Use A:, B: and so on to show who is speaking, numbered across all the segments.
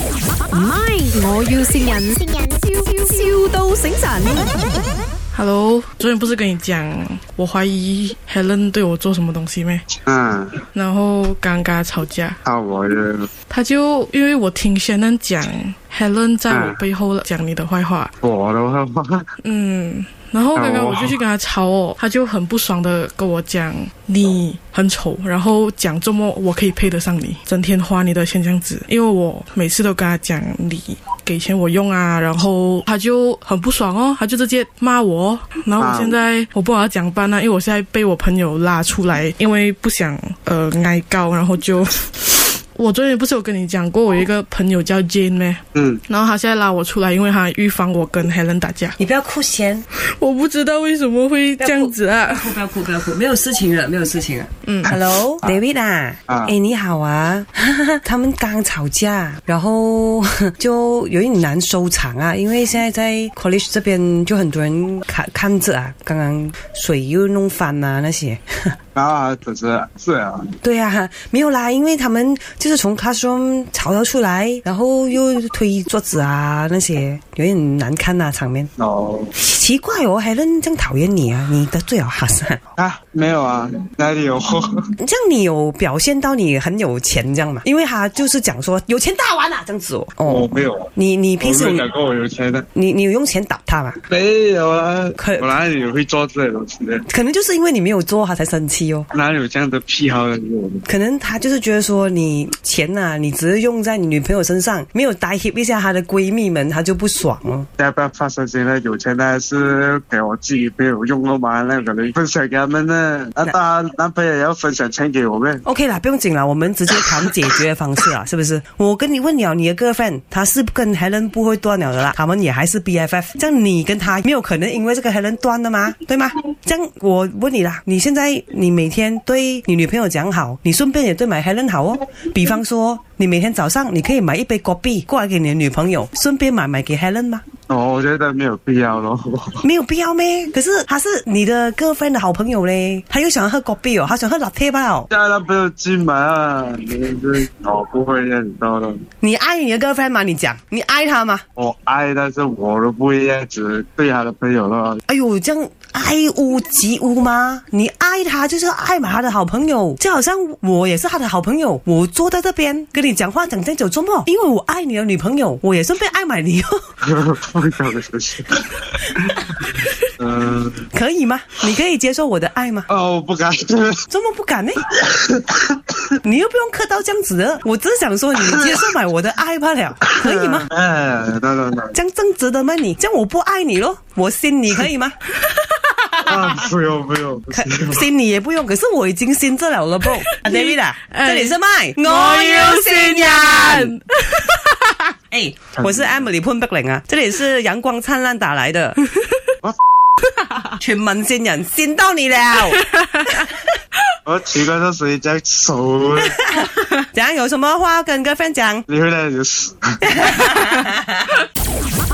A: 唔係，我要善人，笑笑到醒神。
B: Hello，昨天不是跟你讲我怀疑 Helen 对我做什么东西咩？
C: 嗯，
B: 然后刚刚吵架，
C: 好我的
B: 他就因为我听 Shannon 讲 Helen 在我背后讲你的坏话，
C: 我的话，
B: 嗯，然后刚刚我
C: 哦
B: 就去跟他吵哦，他就很不爽的跟我讲你很丑，然后讲这么我可以配得上你，整天花你的钱这样子，因为我每次都跟他讲你给钱我用啊，然后他就很不爽哦，他就直接骂我哦，然后我
C: 啊
B: 现在我不好讲办啦、因为我现在被我朋友拉出来，因为不想呃挨告，然后就。 我昨天不是有跟你讲过，我有一个朋友叫 Jane 咩？
C: 嗯，
B: 然后他现在拉我出来，因为他预防我跟 Helen 打架。
D: 你不要哭先，
B: 我不知道为什么会这样子啊。
D: 不要哭，不要哭，没有事情了，没有事情了。嗯，Hello，David 啊，
C: 啊
D: 哎、你好啊， 他们刚吵架，然后就有点难收场啊，因为现在在 college 这边就很多人看看着啊，刚刚水又弄翻啊那些。
C: 然后只是是啊，
D: 对啊，没有啦，因为他们就是从 classroom 吵到出来，然后又推桌子啊那些，有点难看啊场面。
C: 哦
D: 奇怪哦，还认真讨厌你啊，你得罪了哈萨。
C: 啊，没有啊，哪里有？
D: 这样你有表现到你很有钱这样嘛？因为他就是讲说有钱大碗啊这样子哦。
C: 我
D: 哦，
C: 没有啊，
D: 你你平
C: 我
D: 时
C: 没有讲
D: 有
C: 过我有钱的，
D: 你你有用钱打他嘛？
C: 没有啊
D: 可，
C: 我哪里有会做这些东西的？
D: 可能就是因为你没有做，他才生气哦。
C: 哪里有这样的癖好的？我
D: 可能他就是觉得说你钱呐、你只是用在你女朋友身上，没有搭 hip 一下她的闺蜜们，她就不爽哦。
C: 要不要发生现在有钱的是给我自己朋友用的嘛？那可能分享给他们呢。啊，当然男朋友也要分享钱给我们。
D: OK 啦，不用紧啦，我们直接谈解决方式啦，是不是？我跟你问了，你的 girlfriend 她是跟 Helen 不会断了的啦，他们也还是 BFF，这样你跟她没有可能因为这个 Helen 断的吗？对吗？这样我问你啦，你现在你每天对你女朋友讲好，你顺便也对买 Helen 好哦。比方说，你每天早上你可以买一杯果啤过来给你的女朋友，顺便买买给 Helen 吗？
C: 哦我觉得没有必要 咯。
D: 没有必要咩？可是她是你的 girlfriend 的好朋友嘞，她又想喝果啤哦，她想喝 latte 吧哦。
C: 叫他朋友进门啊，你是我不会认到的。
D: 你爱你的 girlfriend 吗？你讲，你爱她吗？
C: 我爱，但是我都不会这样子对他的朋友了。
D: 哎呦，这样爱屋及乌吗？你爱他就是要爱嘛，他的好朋友，就好像我也是他的好朋友，我坐在这边跟你讲话讲这久周末，因为我爱你的女朋友，我也顺便爱买你哦，
C: 不搞的事情。 嗯，
D: 可以吗？你可以接受我的爱吗？
C: 哦，我不敢。
D: 怎么不敢呢？你又不用客到这样子的，我只是想说你接受买我的爱罢了，可以吗？
C: 哎，等等等，
D: 这样正直的吗你？这样我不爱你咯，我信你可以吗？
C: 啊，不用不用，不
D: 可
C: 行。
D: 信你也不用，可是我已经信这了了不？David 啊，
B: 哎
D: 这里是麦，我
B: 善。
D: 哎，我是 Emily 潘碧玲啊，这里是阳光灿烂打来的
C: What？
D: 全民新人，见到你了，
C: 我奇怪，这谁在手？
D: 怎样有什么话要跟各 friend 讲？
C: 你回来就死。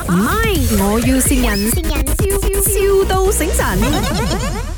A: 唔係，我要善人，笑笑到醒神。